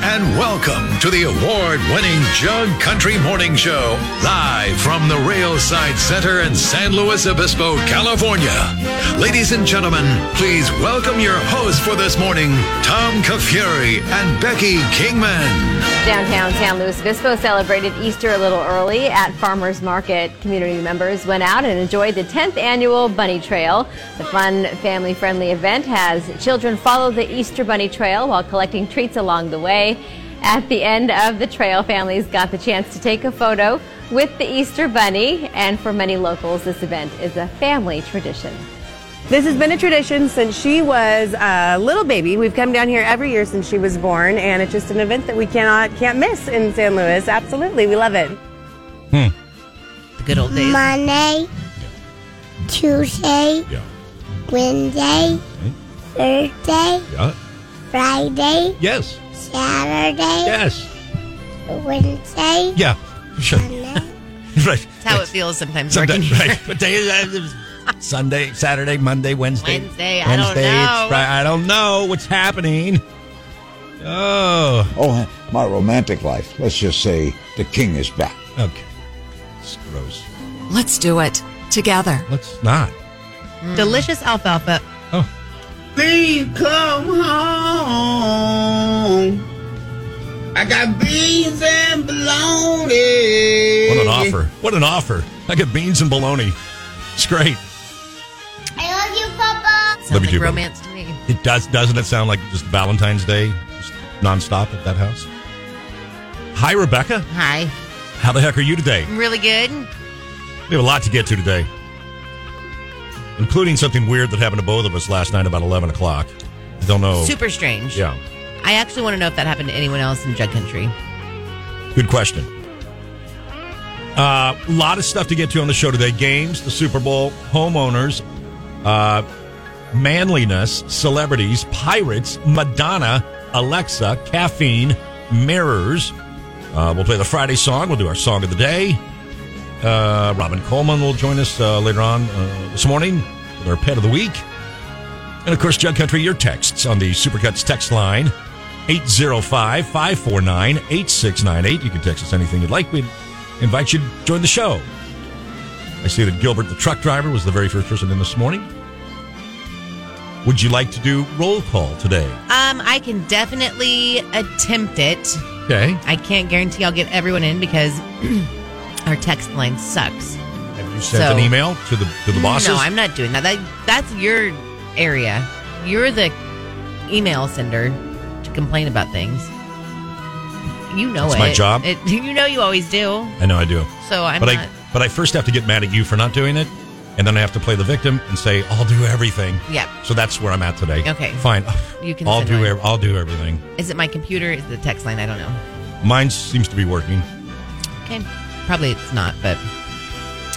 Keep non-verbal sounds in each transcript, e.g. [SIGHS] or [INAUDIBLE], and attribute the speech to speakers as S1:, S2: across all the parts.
S1: and welcome to the award winning Jug Country Morning Show, live from the Railside Center in San Luis Obispo, California. Ladies and gentlemen, please welcome your hosts for this morning, Tom Kafuri and Becky Kingman.
S2: Downtown San Luis Obispo celebrated Easter a little early at Farmers Market. Community members went out and enjoyed the 10th annual Bunny Trail. The fun, family friendly event has children follow the Easter Bunny Trail while collecting treats along the way. At the end of the trail, families got the chance to take a photo with the Easter Bunny, and for many locals, this event is a family tradition.
S3: This has been a tradition since she was a little baby. We've come down here every year since she was born, and it's just an event that we cannot can't miss in San Luis. Absolutely, we love it.
S4: good old days.
S5: Monday, Tuesday,
S6: Yeah.
S5: Wednesday, Thursday,
S6: Yeah.
S5: Friday,
S6: Yes.
S5: Saturday,
S6: Yes.
S5: Wednesday,
S6: Yeah. [LAUGHS] Sure.
S5: Monday.
S6: Right.
S4: That's how it feels sometimes.
S6: Sometimes,
S4: working.
S6: right. But they, uh, Sunday, Saturday, Monday, Wednesday.
S4: Wednesday, I don't know.
S6: It's Fri- I don't know what's happening. Oh.
S7: Oh, my romantic life. Let's just say the king is back.
S6: Okay. It's gross.
S8: Let's do it together.
S6: Let's not. Mm.
S4: Delicious alfalfa.
S6: Oh.
S9: Please come home. I got beans and bologna.
S6: What an offer. What an offer. I got beans and bologna. It's great.
S5: I love you, Papa.
S4: Sounds
S6: Love you
S4: like
S6: too, buddy.
S4: romance to me.
S6: It does, doesn't it sound like just Valentine's Day, just nonstop at that house? Hi, Rebecca.
S4: Hi.
S6: How the heck are you today?
S4: I'm really good.
S6: We have a lot to get to today, including something weird that happened to both of us last night about 11 o'clock. I don't know.
S4: Super strange.
S6: Oh. Yeah.
S4: I actually want to know if that happened to anyone else in Jug Country.
S6: Good question. A lot of stuff to get to on the show today games, the Super Bowl, homeowners, uh, manliness, celebrities, pirates, Madonna, Alexa, caffeine, mirrors. Uh, we'll play the Friday song. We'll do our song of the day. Uh, Robin Coleman will join us uh, later on uh, this morning with our pet of the week. And of course, Jug Country, your texts on the Supercuts text line 805 549 8698. You can text us anything you'd like. We invite you to join the show. I see that Gilbert, the truck driver, was the very first person in this morning. Would you like to do roll call today?
S4: Um, I can definitely attempt it.
S6: Okay.
S4: I can't guarantee I'll get everyone in because [CLEARS THROAT] our text line sucks.
S6: Have you sent
S4: So-
S6: an email to the to the bosses?
S4: No, I'm not doing that. that. That's your area. You're the email sender to complain about things. You know
S6: That's
S4: it.
S6: my job.
S4: It, [LAUGHS] you know you always do.
S6: I know I do.
S4: So I'm
S6: but
S4: not.
S6: I but I first have to get mad at you for not doing it, and then I have to play the victim and say I'll do everything.
S4: Yep.
S6: So that's where I'm at today.
S4: Okay.
S6: Fine.
S4: You can
S6: I'll
S4: send
S6: do.
S4: mine.
S6: ev- I'll do everything.
S4: Is it my computer? Is it the text line? I don't know.
S6: Mine seems to be working.
S4: Okay. Probably it's not, but.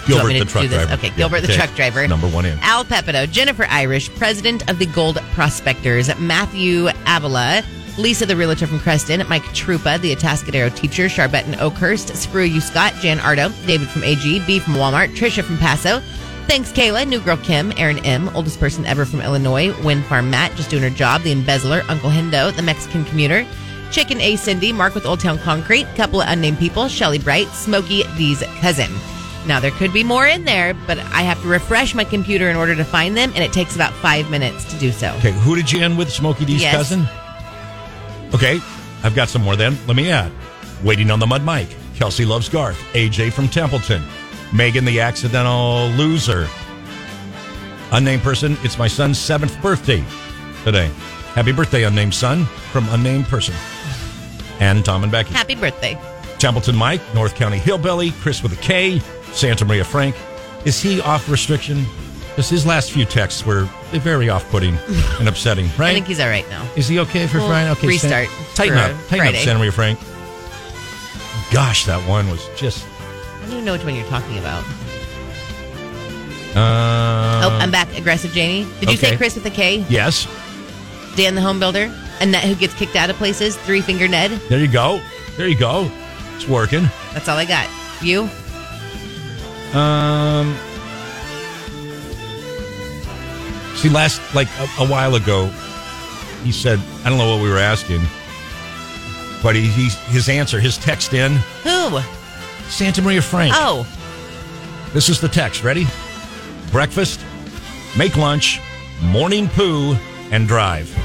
S4: Do you want
S6: Gilbert,
S4: me
S6: the
S4: to
S6: truck
S4: do this?
S6: driver.
S4: Okay,
S6: Yeah,
S4: Gilbert, the
S6: okay.
S4: truck driver.
S6: Number one in.
S4: Al Pepito, Jennifer Irish, president of the Gold Prospectors, Matthew Avila, Lisa the realtor from Creston, Mike Trupa, the Atascadero teacher, Charbette and Oakhurst, Screw You Scott, Jan Ardo, David from AG, B from Walmart, Trisha from Paso. Thanks, Kayla, New Girl Kim, Aaron M, oldest person ever from Illinois, Wind Farm Matt, just doing her job, the embezzler, Uncle Hendo, the Mexican commuter, Chicken A Cindy, Mark with Old Town Concrete, couple of unnamed people, Shelly Bright, Smokey D's cousin. Now, there could be more in there, but I have to refresh my computer in order to find them, and it takes about five minutes to do so.
S6: Okay, who did you end with? Smokey D's
S4: Yes.
S6: cousin? Okay, I've got some more then. Let me add. Waiting on the Mud Mike, Kelsey Loves Garth, AJ from Templeton, Megan the Accidental Loser. Unnamed person, it's my son's seventh birthday today. Happy birthday, unnamed son, from unnamed person. And Tom and Becky.
S4: Happy birthday.
S6: Templeton Mike, North County Hillbilly, Chris with a K, Santa Maria Frank. Is he off restriction? Because his last few texts were very off putting
S4: [LAUGHS]
S6: and upsetting, right?
S4: I think he's all right now.
S6: Is he okay for
S4: We'll
S6: Friday? Okay,
S4: restart
S6: Stan- tighten
S4: for
S6: up. Tighten
S4: Friday.
S6: up, Santa Maria Frank. Gosh, that one was just.
S4: I don't even know which one you're talking about.
S6: Uh,
S4: Nope, Oh, I'm back. Aggressive Jamie. Did you
S6: okay.
S4: say Chris with a K?
S6: Yes.
S4: Dan the home builder. Annette who gets kicked out of places. Three finger Ned.
S6: There you go. There you go. It's working.
S4: That's all I got. You?
S6: Um. See, last like a, a while ago, he said, "I don't know what we were asking," but he, he his answer, his text in
S4: Who?
S6: Santa Maria Frank.
S4: Oh.
S6: This is the text. Ready? Breakfast, make lunch, morning poo, and drive.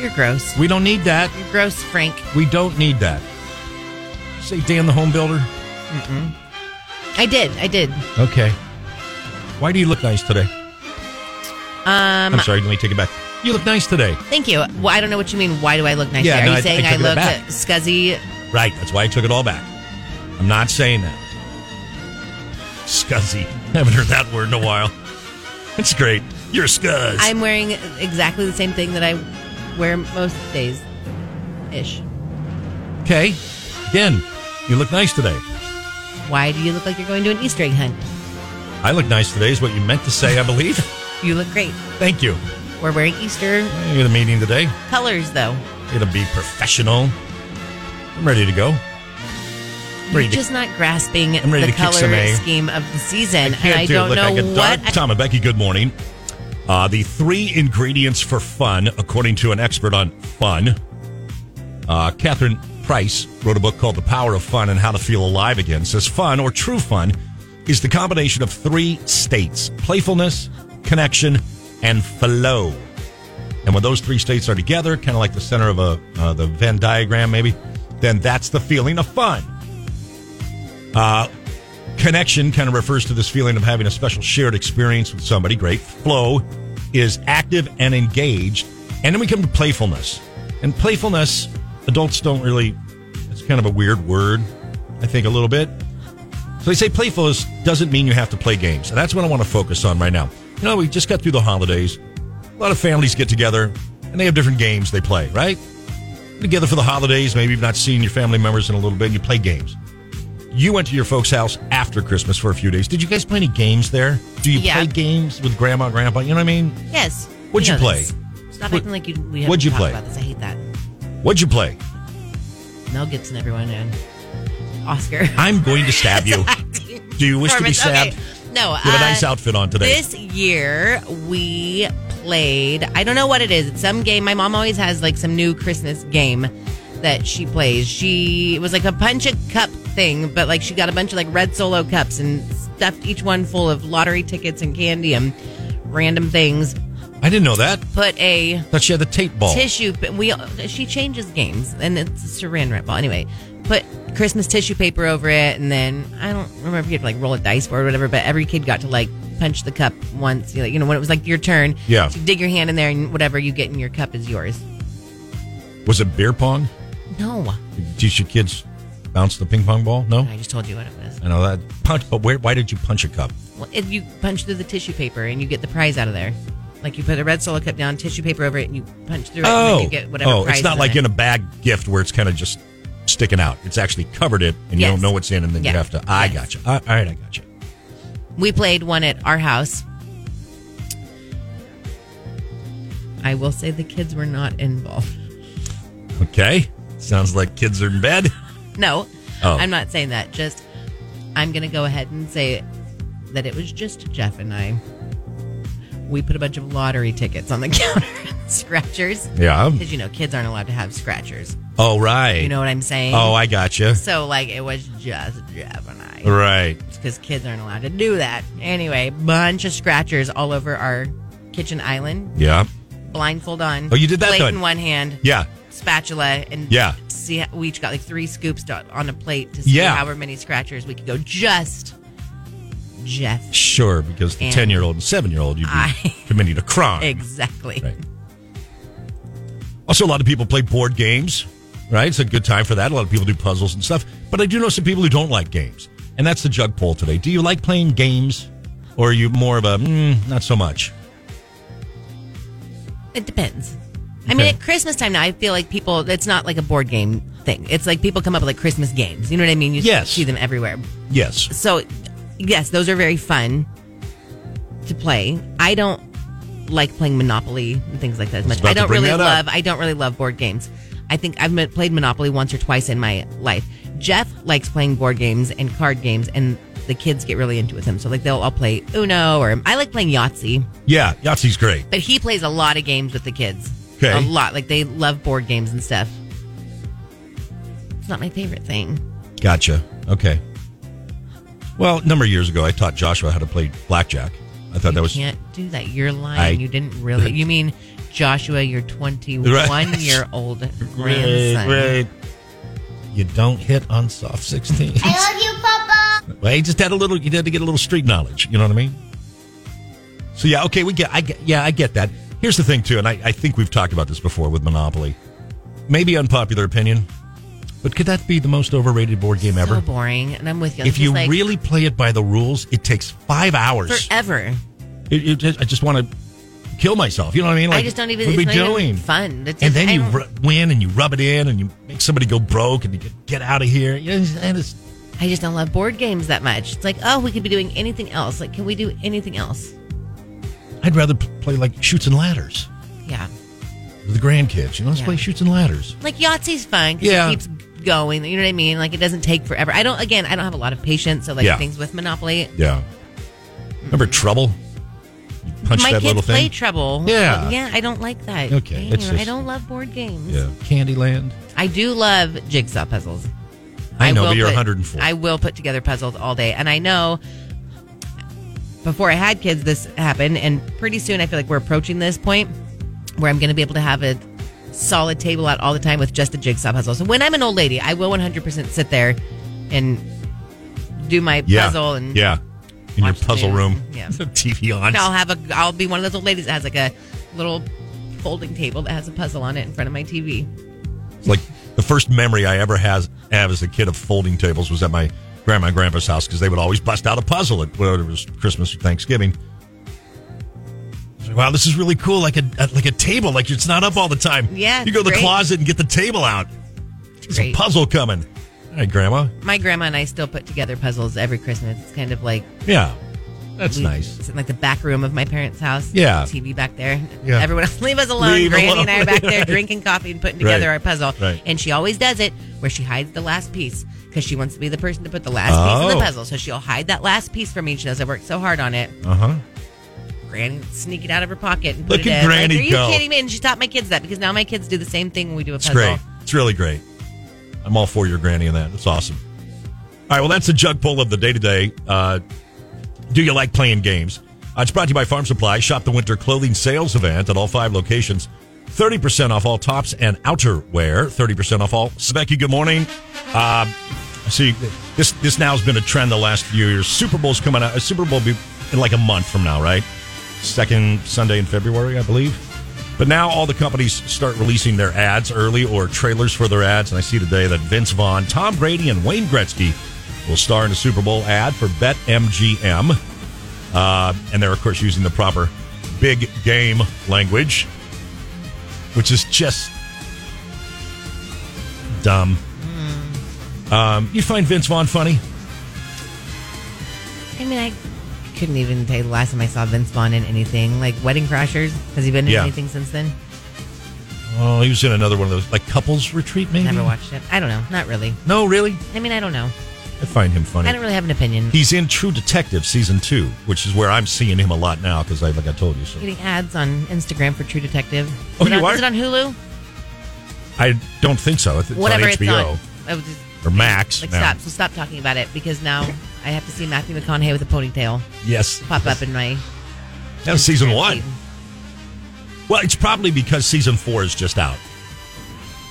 S4: You're gross.
S6: We don't need that.
S4: You're gross, Frank.
S6: We don't need that. Say Dan the home builder.
S4: I did. I did.
S6: Okay. Why do you look nice today?
S4: Um,
S6: I'm sorry. Let me take it back. You look nice today.
S4: thank you. Well, I don't know what you mean. Why do I look nice?
S6: Yeah,
S4: there? Are
S6: no,
S4: you
S6: I-
S4: saying
S6: I
S4: I,
S6: took it
S4: look
S6: back.
S4: scuzzy?
S6: Right. That's why I took it all back. I'm not saying that. Scuzzy. [LAUGHS] Haven't heard that word in a while. It's great. You're a scuzz.
S4: I'm wearing exactly the same thing that I wear most days, ish.
S6: okay. Again, you look nice today.
S4: Why do you look like you're going to an Easter egg hunt?
S6: I look nice today is what you meant to say, I believe.
S4: You look great.
S6: Thank you.
S4: We're wearing Easter
S6: I got a meeting today.
S4: colors, though.
S6: It'll be professional. I'm ready to go. Ready
S4: You're just not grasping
S6: I'm ready
S4: the
S6: to kick some
S4: color
S6: A.
S4: scheme of the season,
S6: Can't
S4: and I
S6: do it.
S4: don't
S6: Look,
S4: know
S6: I could-
S4: what.
S6: Tom, Tom and Becky, good morning. Uh, the three ingredients for fun, according to an expert on fun, uh, Catherine Price wrote a book called The Power of Fun and How to Feel Alive Again. Says fun or true fun is the combination of three states playfulness, connection, and flow. And when those three states are together, kind of like the center of a uh, the Venn diagram, maybe, then that's the feeling of fun. Connection kind of refers to this feeling of having a special shared experience with somebody. Great. Flow is active and engaged. And then we come to playfulness. And playfulness, adults don't really, it's kind of a weird word, I think, a little bit. So they say playfulness doesn't mean you have to play games. And that's what I want to focus on right now. You know, we just got through the holidays. A lot of families get together and they have different games they play, right? Together for the holidays, maybe you've not seen your family members in a little bit, and you play games you went to your folks' house after Christmas for a few days. Did you guys play any games there? Do you
S4: Yeah.
S6: play games with grandma and grandpa? You know what I mean?
S4: yes.
S6: What'd
S4: we
S6: you
S4: know
S6: play?
S4: this. Stop
S6: What-
S4: acting like you. We haven't
S6: what'd you
S4: talked
S6: play?
S4: About this. I hate that.
S6: What'd you play?
S4: Mel Gibson, everyone, and Oscar.
S6: I'm going to
S4: [LAUGHS]
S6: stab you. Do you wish to be
S4: Performance. Okay.
S6: stabbed?
S4: No.
S6: You have a
S4: uh,
S6: nice outfit on today.
S4: This year we played. I don't know what it is. It's some game. My mom always has like some new Christmas game that she plays. She it was like a punch a cup thing, but like she got a bunch of like red solo cups and stuffed each one full of lottery tickets and candy and random things.
S6: I didn't know that.
S4: Put a
S6: Thought she had the tape ball.
S4: tissue. pa- We she changes games, and it's saran wrap ball. Anyway, put Christmas tissue paper over it, and then I don't remember if you had to like roll a dice board or whatever. But every kid got to like punch the cup once. You know, you know, when it was like your turn,
S6: Yeah.
S4: you dig your hand in there, and whatever you get in your cup is yours.
S6: Was it beer pong?
S4: No,
S6: Did you teach your kids bounce the ping pong ball? No.
S4: I just told you what it was.
S6: I know that punch. But where, why did you punch a cup?
S4: Well, if you punch through the tissue paper, and you get the prize out of there. Like you put a red solo cup down, tissue paper over it, and you punch through it, and then you get whatever.
S6: oh,
S4: prize
S6: it's not
S4: is
S6: like
S4: it.
S6: in a bag gift where it's kind of just sticking out. It's actually covered it, and you
S4: Yes.
S6: don't know what's in, and then you
S4: Yeah.
S6: have to. I
S4: Yes.
S6: gotcha. All right, I gotcha.
S4: We played one at our house. I will say the kids were not involved. [LAUGHS]
S6: Okay. Sounds like kids are in bed.
S4: No,
S6: Oh.
S4: I'm not saying that. Just, I'm going to go ahead and say that it was just Jeff and I. We put a bunch of lottery tickets on the [LAUGHS] counter, scratchers.
S6: Yeah.
S4: Because, you know, kids aren't allowed to have scratchers.
S6: Oh, right.
S4: You know what I'm saying?
S6: oh, I gotcha.
S4: So, like, it was just Jeff and I.
S6: Right.
S4: because kids aren't allowed to do that. Anyway, bunch of scratchers all over our kitchen island.
S6: Yeah.
S4: Blindfold on.
S6: Oh, you did that
S4: Plate
S6: done.
S4: in one hand,
S6: Yeah.
S4: spatula, and
S6: Yeah.
S4: See, how- we each got like three scoops to, on a plate to see
S6: Yeah.
S4: however many scratchers we could go. Just Jeff,
S6: [LAUGHS] Sure, because the
S4: And-
S6: 10 year old and 7 year old, you'd be
S4: I-
S6: committing a
S4: [LAUGHS]
S6: crime.
S4: exactly.
S6: Right. Also, a lot of people play board games, right? It's a good time for that. A lot of people do puzzles and stuff. But I do know some people who don't like games. And that's the jug poll today. Do you like playing games? Or are you more of a, mm, not so much?
S4: It depends. I mean,
S6: Okay.
S4: at Christmas time now, I feel like people. It's not like a board game thing. It's like people come up with like Christmas games. You know what I mean? You
S6: Yes.
S4: see them everywhere.
S6: Yes.
S4: So, yes, those are very fun. to play. I don't like playing Monopoly and things like that as much.
S6: about
S4: I
S6: to
S4: don't
S6: bring
S4: really
S6: that up.
S4: love. I don't really love board games. I think I've m- played Monopoly once or twice in my life. Jeff likes playing board games and card games, and the kids get really into it with him. So like they'll all play Uno, or I like playing Yahtzee.
S6: Yeah, Yahtzee's great.
S4: But he plays a lot of games with the kids.
S6: 'Kay.
S4: A lot. Like they love board games and stuff. It's not my favorite thing.
S6: Gotcha. Okay. Well, a number of years ago, I taught Joshua how to play blackjack. I thought that was
S4: Can't do that. You're lying.
S6: I-
S4: you didn't
S6: [LAUGHS]
S4: really. You mean Joshua, your 21
S6: Right.
S4: year
S6: [LAUGHS]
S4: old grandson?
S6: You don't hit on soft sixteen.
S5: I love you, Papa.
S6: well, he just had a little. You had to get a little street knowledge. You know what I mean? So yeah, okay, we get. I get. Yeah, I get that. Here's the thing too, and I, I think we've talked about this before with Monopoly. Maybe unpopular opinion, but could that be the most overrated board game ever?
S4: So boring. And I'm with you.
S6: if
S4: Just
S6: you
S4: like,
S6: really play it by the rules, it takes five hours.
S4: Forever.
S6: It, it just, I just want to kill myself. You know what I mean?
S4: e- I just don't even.
S6: What are
S4: it's
S6: we
S4: not
S6: doing?
S4: Even fun. It's
S6: And
S4: just-
S6: then
S4: I
S6: you
S4: don't-
S6: ru- win and you rub it in and you make somebody go broke and you get, get out of here. You know, it's- and it's-
S4: I just don't love board games that much. It's like, oh, we could be doing anything else. Like, can we do anything else?
S6: I'd rather p- play like shoots and ladders
S4: Yeah.
S6: with the grandkids. You know, let's
S4: Yeah.
S6: play shoots and ladders.
S4: like Yahtzee's fun 'cause
S6: Yeah.
S4: it keeps going. You know what I mean? Like it doesn't take forever. I don't. Again, I don't have a lot of patience. So like
S6: Yeah.
S4: things with Monopoly,
S6: Yeah. Remember Trouble? You punch
S4: Mm-hmm. my
S6: that
S4: kids
S6: little
S4: play
S6: thing.
S4: Trouble.
S6: Yeah.
S4: But, yeah. I don't like that.
S6: Okay,
S4: You
S6: it's
S4: know, I
S6: just-
S4: don't love board games.
S6: yeah. Candyland.
S4: I do love jigsaw puzzles.
S6: I know,
S4: will
S6: but you're
S4: put-
S6: 104.
S4: I will put together puzzles all day, and I know. Before I had kids, this happened, and pretty soon I feel like we're approaching this point where I'm going to be able to have a solid table out all the time with just a jigsaw puzzle. So when I'm an old lady, I will 100% sit there and do my
S6: yeah.
S4: puzzle, and
S6: yeah. In your
S4: watch the
S6: puzzle
S4: news.
S6: room. [LAUGHS]
S4: Yeah.
S6: TV on.
S4: and I'll have a I'll be one of those old ladies that has like a little folding table that has a puzzle on it in front of my TV.
S6: It's like the first memory I ever has have as a kid of folding tables was at my grandma and grandpa's house because they would always bust out a puzzle at whether it was Christmas or Thanksgiving. I was like, Wow, this is really cool! Like a uh, like a table, like it's not up all the time.
S4: Yeah,
S6: you go to the
S4: great.
S6: closet and get the table out. There's a
S4: great.
S6: puzzle coming. All right, Grandma.
S4: My grandma and I still put together puzzles every Christmas. It's kind of like
S6: Yeah, that's
S4: We
S6: nice.
S4: Sit in like the back room of my parents' house.
S6: Yeah.
S4: TV back there.
S6: Yeah.
S4: Everyone else, leave us alone.
S6: Leave
S4: Granny
S6: alone.
S4: and I are back there
S6: [LAUGHS] Right.
S4: drinking coffee and putting
S6: Right.
S4: together our puzzle.
S6: Right.
S4: And she always does it where she hides the last piece because she wants to be the person to put the last piece in
S6: Oh.
S4: the puzzle. So she'll hide that last piece from me. She knows I worked so hard on it.
S6: Uh huh.
S4: Granny would sneak it out of her pocket and
S6: Look
S4: put it
S6: at
S4: in.
S6: Granny
S4: like, are you
S6: go.
S4: kidding me? And she taught my kids that because now my kids do the same thing when we do a
S6: It's
S4: puzzle.
S6: great. It's really great. I'm all for your granny in that. It's awesome. All right, well, that's the jug pull of the day today. Uh, do you like playing games? Uh, it's brought to you by Farm Supply. Shop the winter clothing sales event at all five locations. 30% off all tops and outerwear. 30% off all. Becky, good morning. Uh, see, this this now has been a trend the last few years. Super Bowl's coming out. uh, Super Bowl will be in like a month from now, right? Second Sunday in February, I believe. But now all the companies start releasing their ads early or trailers for their ads. And I see today that Vince Vaughn, Tom Brady, and Wayne Gretzky will star in a Super Bowl ad for BetMGM. Uh, and they're, of course, using the proper big game language, which is just dumb.
S4: Hmm.
S6: Um, you find Vince Vaughn funny?
S4: I mean, I couldn't even tell you the last time I saw Vince Vaughn in anything. Like Wedding Crashers. Has he been in
S6: Yeah.
S4: anything since then?
S6: Oh, he was in another one of those, like couples retreat, maybe?
S4: Never watched it. I don't know. Not really.
S6: No, really?
S4: I mean, I don't know.
S6: I find him funny.
S4: I don't really have an opinion.
S6: He's in True Detective season two, which is where I'm seeing him a lot now because, I, like I told you, so
S4: Getting ads on Instagram for True Detective.
S6: Oh,
S4: Is it
S6: you
S4: on-
S6: are?
S4: Is it on Hulu?
S6: I don't think so. It's
S4: Whatever
S6: on HBO
S4: it's on. I was just-
S6: or Max.
S4: like
S6: now.
S4: stop. So stop talking about it because now I have to see Matthew McConaughey with a ponytail
S6: Yes,
S4: pop up in my
S6: that was season one.
S4: feed.
S6: Well, it's probably because season four is just out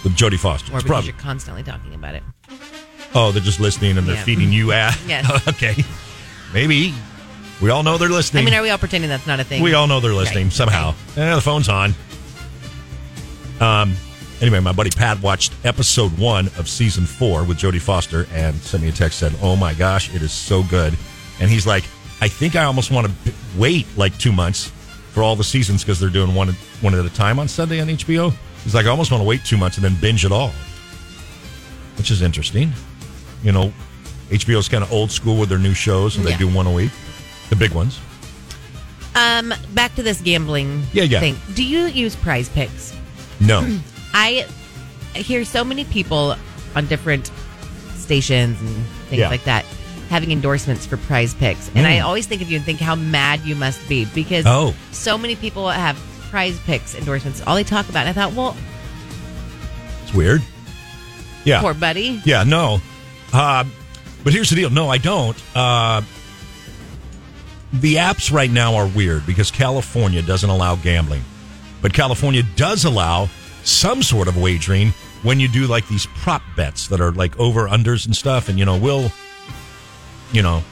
S6: with Jodie Foster.
S4: or because
S6: It's probably
S4: you're constantly talking about it.
S6: oh, they're just listening and they're
S4: Yeah.
S6: feeding you ad.
S4: Yes.
S6: [LAUGHS] okay, maybe we all know they're
S4: I
S6: listening.
S4: mean, are we all pretending that's not a thing?
S6: We all know they're listening
S4: Right.
S6: somehow. Eh, the phone's on. Um. Anyway, my buddy Pat watched episode one of season four with Jodie Foster and sent me a text said, "Oh my gosh, it is so good," and he's like, "I think I almost want to b- wait like two months for all the seasons because they're doing one one at a time on Sunday on HBO." He's like, "I almost want to wait two months and then binge it all," which is interesting. You know, HBO's kind of old school with their new shows, and
S4: Yeah.
S6: they do one a week, the big ones.
S4: Um, back to this gambling
S6: Yeah, yeah.
S4: thing. Do you use prize picks?
S6: No.
S4: I hear so many people on different stations and things
S6: Yeah. Mm.
S4: like that having endorsements for prize picks. And I always think of you and think how mad you must be because
S6: Oh.
S4: so many people have prize picks endorsements. All they talk about. And I thought, well,
S6: It's weird. Yeah.
S4: poor buddy.
S6: Yeah, no. Uh, but here's the deal. No, I don't. Uh, the apps right now are weird because California doesn't allow gambling, but California does allow some sort of wagering when you do like these prop bets that are like over unders and stuff, and you know will, you know.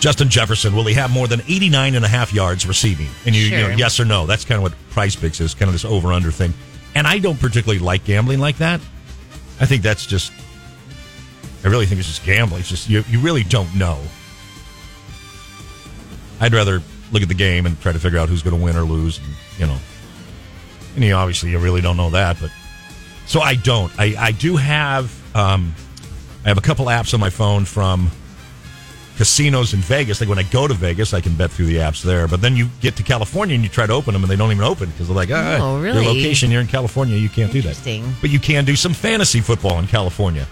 S6: Justin Jefferson, will he have more than 89 and a half yards receiving? And you, you know,
S4: Sure.
S6: yes or no. That's kind of what price picks is, kind of this over under thing. And I don't particularly like gambling like that. I think that's just. I really think it's just gambling. It's just you. You really don't know. I'd rather look at the game and try to figure out who's going to win or lose. And, you know, and you obviously you really don't know that, but so I don't. I I do have um, I have a couple apps on my phone from casinos in Vegas. Like when I go to Vegas, I can bet through the apps there. But then you get to California and you try to open them, and they don't even open because they're like, ah,
S4: Oh, really?
S6: your location here in California, you can't do that.
S4: Interesting.
S6: But you can do some fantasy football in California.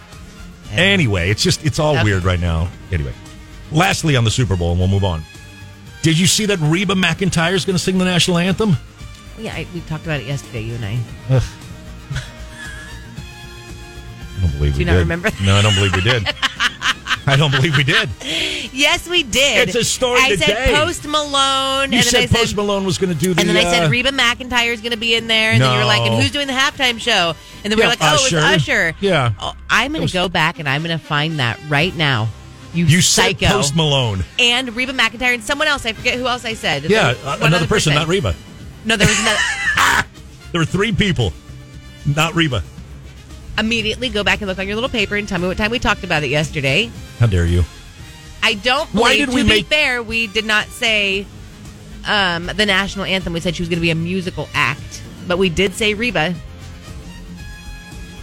S6: Anyway, it's just it's all
S4: Okay.
S6: weird right now. Anyway, lastly on the Super Bowl, and we'll move on. Did you see that Reba McIntyre is going to sing the national anthem?
S4: Yeah, I, we talked about it yesterday, you and I.
S6: I don't believe
S4: Do
S6: we
S4: you not
S6: did.
S4: remember?
S6: No, I don't believe we
S4: [LAUGHS]
S6: did. I don't believe we did.
S4: Yes, we did.
S6: It's a story
S4: I
S6: today.
S4: said Post Malone,
S6: You
S4: and then I
S6: said Post
S4: said
S6: Malone was going to do the.
S4: And then I
S6: uh,
S4: said Reba McIntyre's going to be in there. And then you were like,
S6: No.
S4: and who's doing the halftime show? And then we were
S6: Yeah,
S4: like, oh,
S6: Usher.
S4: it's Usher.
S6: Yeah.
S4: Oh, I'm going to go back and I'm going to find that right now. You,
S6: You said
S4: psycho.
S6: Post Malone.
S4: and Reba McIntyre and someone else. I forget who else I said.
S6: Yeah,
S4: There was
S6: uh,
S4: one
S6: another
S4: other
S6: person, not Reba.
S4: No, there was
S6: [LAUGHS]
S4: another.
S6: There were three people, not Reba.
S4: Immediately go back and look on your little paper and tell me what time we talked about it yesterday.
S6: How dare you?
S4: I don't believe,
S6: Why did we
S4: to
S6: make-
S4: be fair, we did not say um, the national anthem. We said she was going to be a musical act. But we did say Reba.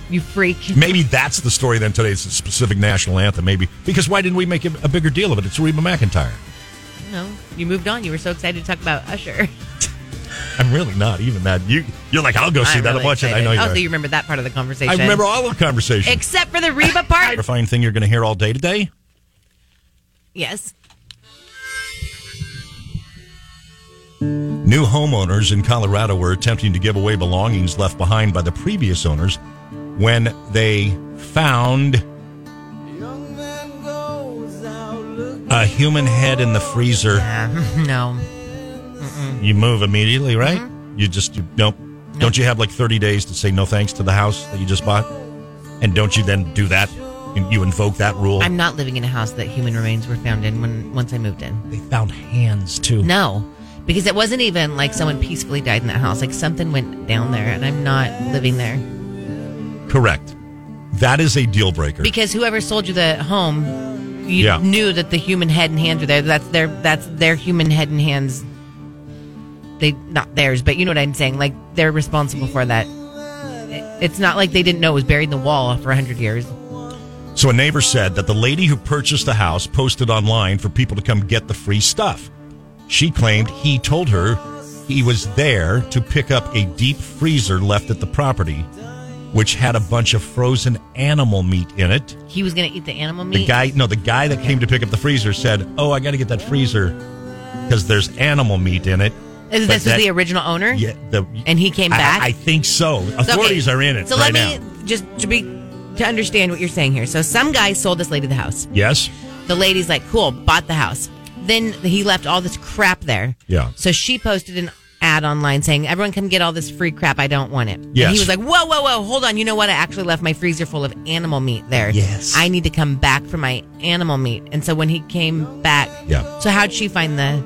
S4: You freak.
S6: Maybe that's the story then today. It's a specific national anthem, maybe. Because why didn't we make a, a bigger deal of it? It's Reba McIntyre.
S4: No, you moved on. You were so excited to talk about Usher.
S6: I'm really not even that. You, you're like, I'll go see
S4: I'm
S6: that.
S4: really
S6: I'm watching. it. I
S4: excited.
S6: know you
S4: Oh, so
S6: are.
S4: you remember that part of the conversation.
S6: I remember all the conversation.
S4: Except for the Reba
S6: [LAUGHS]
S4: part.
S6: Terrifying thing you're going to hear all day today.
S4: yes.
S6: New homeowners in Colorado were attempting to give away belongings left behind by the previous owners when they found a human head in the freezer.
S4: Uh, no.
S6: You move immediately, right? You just, you, nope. Don't you have like 30 days to say no thanks to the house that you just bought? And don't you then do that? You- You invoke that rule?
S4: I'm not living in a house that human remains were found in when once I moved in.
S6: they found hands too.
S4: No. Because it wasn't even like someone peacefully died in that house. Like something went down there and I'm not living there.
S6: Correct. That is a deal breaker.
S4: Because whoever sold you the home, you
S6: Yeah.
S4: knew that the human head and hands were there. That's their that's their human head and hands. They not theirs, but you know what I'm saying. Like they're responsible for that. It- It's not like they didn't know it was buried in the wall for hundred years.
S6: So a neighbor said that the lady who purchased the house posted online for people to come get the free stuff. She claimed he told her he was there to pick up a deep freezer left at the property, which had a bunch of frozen animal meat in it.
S4: He was gonna eat the animal meat.
S6: The guy, no, the guy that came to pick up the freezer said, "Oh, I got to get that freezer because there's animal meat in it."
S4: Is
S6: But
S4: this
S6: that-
S4: was the original owner?
S6: Yeah, the,
S4: And he came
S6: I-
S4: back?
S6: I, think so.
S4: So, okay.
S6: Authorities are in it
S4: So
S6: right
S4: let
S6: now.
S4: me just to be to understand what you're saying here. So some guy sold this lady the house.
S6: Yes.
S4: The lady's like, cool, bought the house. Then he left all this crap there.
S6: Yeah.
S4: So she posted an ad online saying, everyone come get all this free crap. I don't want it.
S6: Yes.
S4: And he was like, whoa, whoa, whoa, hold on. You know what? I actually left my freezer full of animal meat there.
S6: Yes.
S4: I need to come back for my animal meat. And so when he came back.
S6: Yeah.
S4: So how'd she find the.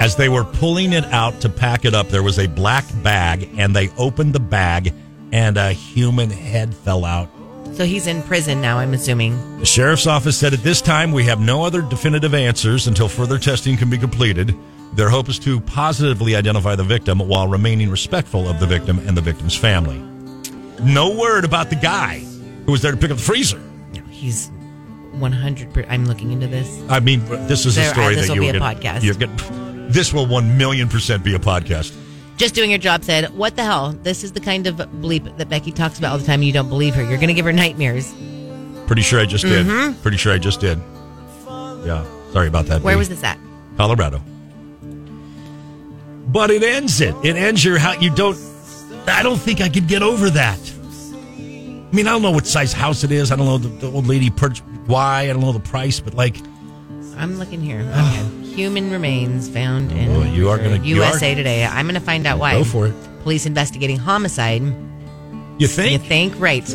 S6: As they were pulling it out to pack it up, there was a black bag, and they opened the bag, and a human head fell out.
S4: So he's in prison now, I'm assuming.
S6: The sheriff's office said at this time we have no other definitive answers until further testing can be completed. Their hope is to positively identify the victim while remaining respectful of the victim and the victim's family. No word about the guy who was there to pick up the freezer.
S4: No, he's 100. per- I'm looking into this.
S6: I mean, this is a
S4: There- uh,
S6: story
S4: this
S6: that
S4: will
S6: you
S4: be
S6: were
S4: a
S6: gonna-
S4: podcast.
S6: You're going this will one million percent be a podcast.
S4: Just doing your job said, "What the hell? This is the kind of bleep that Becky talks about all the time. You don't believe her. You're going to give her nightmares."
S6: Pretty sure I just did. Pretty sure I just did. Yeah. Sorry about that.
S4: Mm-hmm. Where
S6: B.
S4: was this at?
S6: Colorado. But it ends it. It ends your house. You don't. I don't think I could get over that. I mean, I don't know what size house it is. I don't know the, the old lady perch why. I don't know the price, but like,
S4: I'm looking here. Okay.
S6: [SIGHS]
S4: Human remains found in
S6: Well, you are gonna- you are-
S4: USA Today. I'm going to find out why.
S6: go for it.
S4: Police investigating homicide.
S6: You think?
S4: You think right?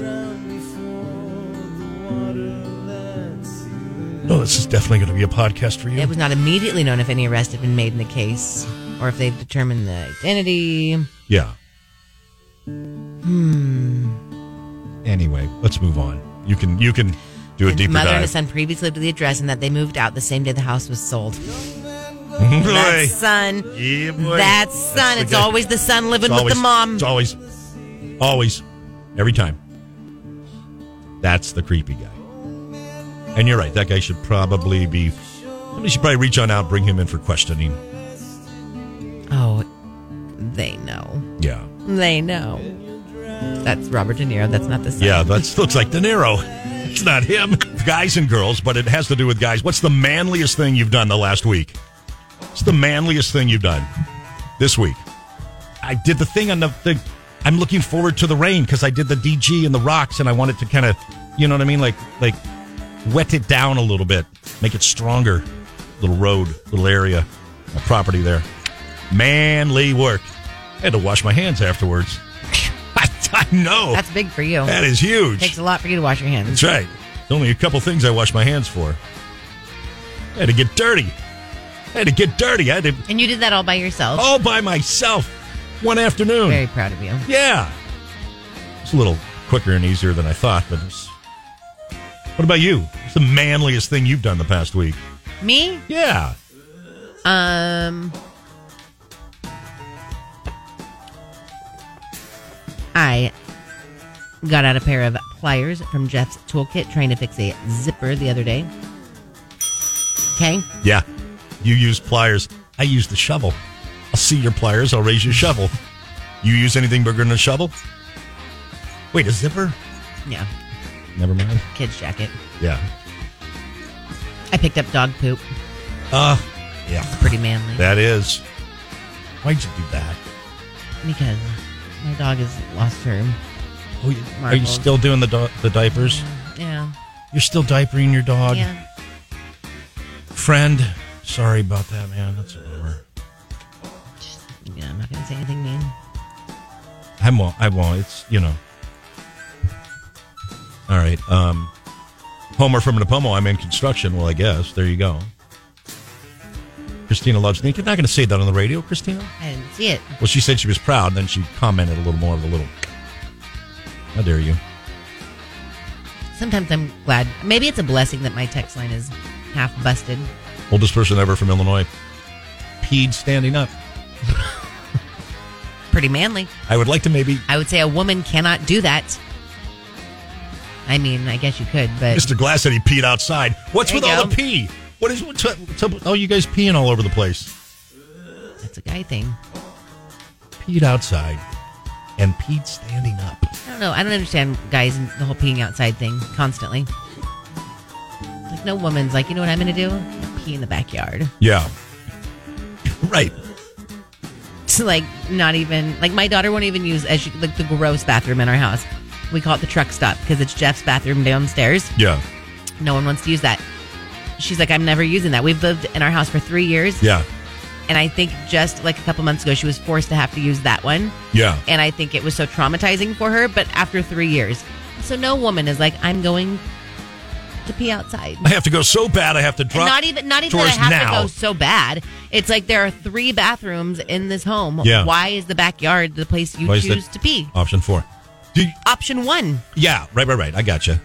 S6: no, this is definitely going to be a podcast for you.
S4: It was not immediately known if any arrest had been made in the case or if they've determined the identity.
S6: yeah. Hmm. Anyway, let's move on. You can you can do a
S4: The
S6: deeper
S4: mother and
S6: dive.
S4: the
S6: [LAUGHS]
S4: son previously lived at the address and that they moved out the same day the house was sold.
S6: Boy.
S4: That son.
S6: Yeah, boy.
S4: That son.
S6: That's the
S4: it's
S6: guy.
S4: always the son living
S6: It's
S4: with
S6: always-
S4: the mom.
S6: It's always, always, every time. That's the creepy guy. And you're right. That guy should probably be. Somebody should probably reach on out, bring him in for questioning.
S4: Oh, they know.
S6: Yeah,
S4: They know. That's Robert De Niro. That's not the son.
S6: yeah. That looks like De Niro. It's not him, guys and girls, but it has to do with guys. What's the manliest thing you've done the last week? What's the manliest thing you've done this week? I did the thing on the. the I'm looking forward to the rain because I did the DG and the rocks, and I want it to kind of, you know what I mean, like like wet it down a little bit, make it stronger. Little road, little area, a property there. Manly work. I had to wash my hands afterwards. [LAUGHS] I, I know
S4: That's big for you.
S6: that is huge.
S4: Takes a lot for you to wash your hands.
S6: That's right. There's only a couple things I wash my hands for. I had to get dirty. I had to get dirty. I had to
S4: And you did that all by yourself.
S6: all by myself one afternoon.
S4: Very proud of you.
S6: Yeah. It's a little quicker and easier than I thought, but it's... What about you? What's the manliest thing you've done the past week?
S4: Me?
S6: Yeah.
S4: Um. I got out a pair of pliers from Jeff's toolkit trying to fix a zipper the other day. Okay.
S6: Yeah. You use pliers. I use the shovel. I'll see your pliers. I'll raise your shovel. You use anything bigger than a shovel? Wait, a zipper?
S4: Yeah.
S6: Never mind.
S4: Kid's jacket.
S6: Yeah.
S4: I picked up dog poop.
S6: Uh, yeah.
S4: Pretty manly.
S6: That is. Why'd you do that?
S4: because my dog has lost her.
S6: Oh, you, are you
S4: Marbles.
S6: still doing the do- the diapers?
S4: Yeah.
S6: You're still diapering your dog,
S4: Yeah.
S6: friend. Sorry about that, man. That's a bummer.
S4: Yeah. I'm not gonna say anything mean.
S6: I won't. I won't. It's you know. All right. Um, Homer from Napomo. I'm in construction. Well, I guess there you go. Christina loves Nick. You're not going to say that on the radio, Christina.
S4: I didn't see it.
S6: Well, she said she was proud, and then she commented a little more of a little. How dare you?
S4: Sometimes I'm glad. Maybe it's a blessing that my text line is half busted.
S6: Oldest person ever from Illinois. Peed standing up.
S4: Pretty manly.
S6: I would like to maybe,
S4: I would say a woman cannot do that. I mean, I guess you could, but
S6: Mr. Glass said he peed outside. What's
S4: There
S6: with
S4: you
S6: all
S4: go.
S6: the pee? What is, what's, up- what's up with all you guys peeing all over the place?
S4: that's a guy thing.
S6: Peed outside and peed standing up.
S4: I don't know. I don't understand guys and the whole peeing outside thing constantly. Like, no woman's like, you know what I'm going to do? Pee in the backyard. [LAUGHS]
S6: Yeah. [LAUGHS] Right.
S4: It's like, not even, like, my daughter won't even use, as she, like, the gross bathroom in our house. We call it the truck stop because it's Jeff's bathroom downstairs.
S6: Yeah.
S4: No one wants to use that. She's like, I'm never using that. We've lived in our house for three years.
S6: Yeah.
S4: And I think just like a couple months ago, she was forced to have to use that one.
S6: Yeah.
S4: and I think it was so traumatizing for her. But after three years, so no woman is like, I'm going to pee outside.
S6: I have to go so bad I have to drop.
S4: And not even, not even that I
S6: drawers
S4: have
S6: now.
S4: to go so bad. It's like there are three bathrooms in this home.
S6: Yeah.
S4: Why is the backyard the place you
S6: Why is that-
S4: choose to pee?
S6: Option four. Do you-
S4: Option one.
S6: yeah. Right, right, right. I gotcha.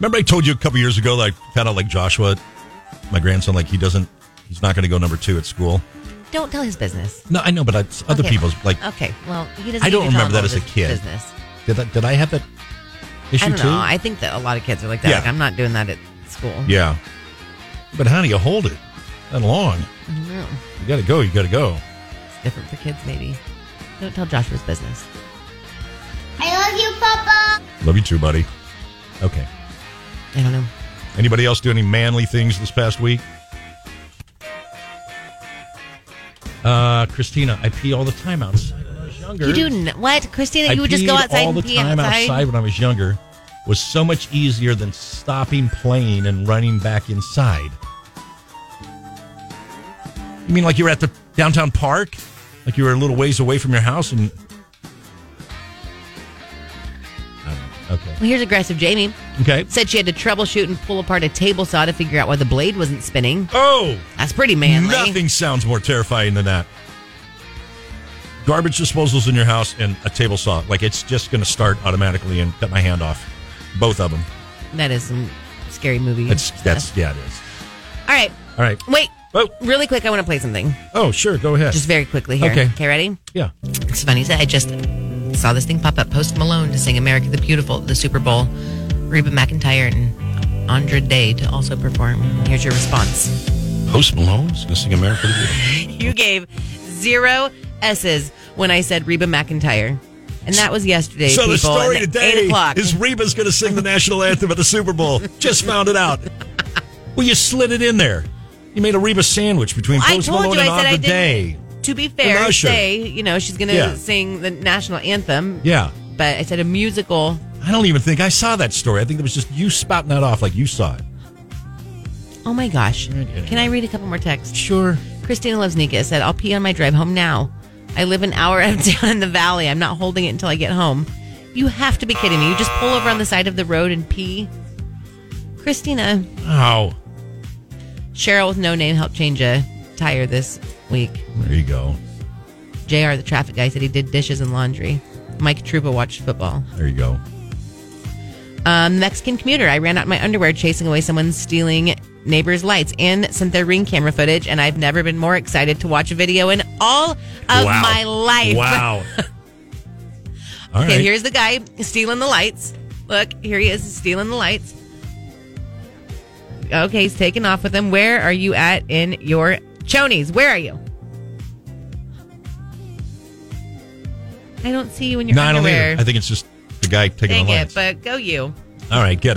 S6: Remember I told you a couple years ago, like, kind of like Joshua, my grandson, like, he doesn't, he's not going to go number two at school.
S4: Don't tell his business.
S6: No, I know, but it's other
S4: Okay.
S6: people's like.
S4: Okay, well, he doesn't.
S6: I
S4: need to
S6: don't
S4: tell
S6: remember
S4: him
S6: that
S4: all
S6: as a
S4: his
S6: kid.
S4: Business.
S6: Did I, did I have that issue
S4: I don't
S6: too?
S4: know. I think that a lot of kids are like that.
S6: Yeah.
S4: Like, I'm not doing that at school.
S6: Yeah. But how do you hold it that long?
S4: I don't know.
S6: You got to go. You got to go.
S4: It's different for kids, maybe. Don't tell Joshua's business.
S5: I love you, Papa.
S6: Love you too, buddy. Okay.
S4: I don't know.
S6: Anybody else do any manly things this past week? Uh, Christina, I pee all the time outside when I was younger.
S4: You do n- what, Christina?
S6: I
S4: you would just go
S6: peed
S4: outside
S6: all the
S4: and pee
S6: time
S4: outside.
S6: outside when I was younger. Was so much easier than stopping playing and running back inside. You mean like you were at the downtown park, like you were a little ways away from your house, and I don't know. okay,
S4: Well, here's aggressive Jamie.
S6: okay.
S4: Said she had to troubleshoot and pull apart a table saw to figure out why the blade wasn't spinning.
S6: Oh,
S4: That's pretty manly.
S6: Nothing sounds more terrifying than that. Garbage disposals in your house and a table saw. Like it's just going to start automatically and cut my hand off. Both of them.
S4: That is some scary movie.
S6: That's
S4: stuff.
S6: that's yeah, it is.
S4: All right.
S6: All right.
S4: Wait.
S6: Oh,
S4: Really quick, I want to play something.
S6: oh, sure. Go ahead.
S4: Just very quickly here.
S6: Okay.
S4: Okay, ready?
S6: yeah.
S4: It's funny. I just saw this thing pop up. Post Malone to sing America the Beautiful, at the Super Bowl. Reba McIntyre and Andre Day to also perform. Here's your response.
S6: Post Malone's gonna sing America. the Beautiful.
S4: you gave zero S's when I said Reba McIntyre. And that was yesterday.
S6: so the
S4: people,
S6: story
S4: at
S6: today
S4: Eight o'clock.
S6: is Reba's gonna sing the national anthem at the Super Bowl. just found it out. Well, you slid it in there. You made a Reba sandwich between
S4: I
S6: Post
S4: told
S6: Malone
S4: you. I
S6: and
S4: said
S6: Andre
S4: I didn't.
S6: Day.
S4: To be fair,
S6: Usher.
S4: say you know she's going to
S6: Yeah.
S4: sing the national anthem.
S6: Yeah.
S4: But I said a musical.
S6: I don't even think I saw that story. I think it was just you spouting that off like you saw it.
S4: Oh my gosh!
S6: Right, yeah.
S4: Can I read a couple more texts?
S6: Sure.
S4: Christina loves Nika said, "I'll pee on my drive home now. I live an hour [LAUGHS] out of town in the valley. I'm not holding it until I get home. You have to be kidding me! You just pull over on the side of the road and pee." Christina,
S6: Oh,
S4: Cheryl with no name helped change a tire this week.
S6: there you go.
S4: JR, the traffic guy, said he did dishes and laundry. Mike Trupa watched football.
S6: There you go.
S4: Um, Mexican commuter, I ran out in my underwear chasing away someone stealing neighbors' lights and sent their ring camera footage. And I've never been more excited to watch a video in all of
S6: wow.
S4: my life. [LAUGHS]
S6: Wow. All right.
S4: Okay, here's the guy stealing the lights. Look, here he is stealing the lights. Okay, he's taking off with them. Where are you at in your chonies? Where are you? I don't see you in your
S6: no, I don't
S4: underwear.
S6: either. oh I think it's just the guy taking
S4: Dang
S6: the
S4: it,
S6: lines.
S4: but go you.
S6: All right, get it.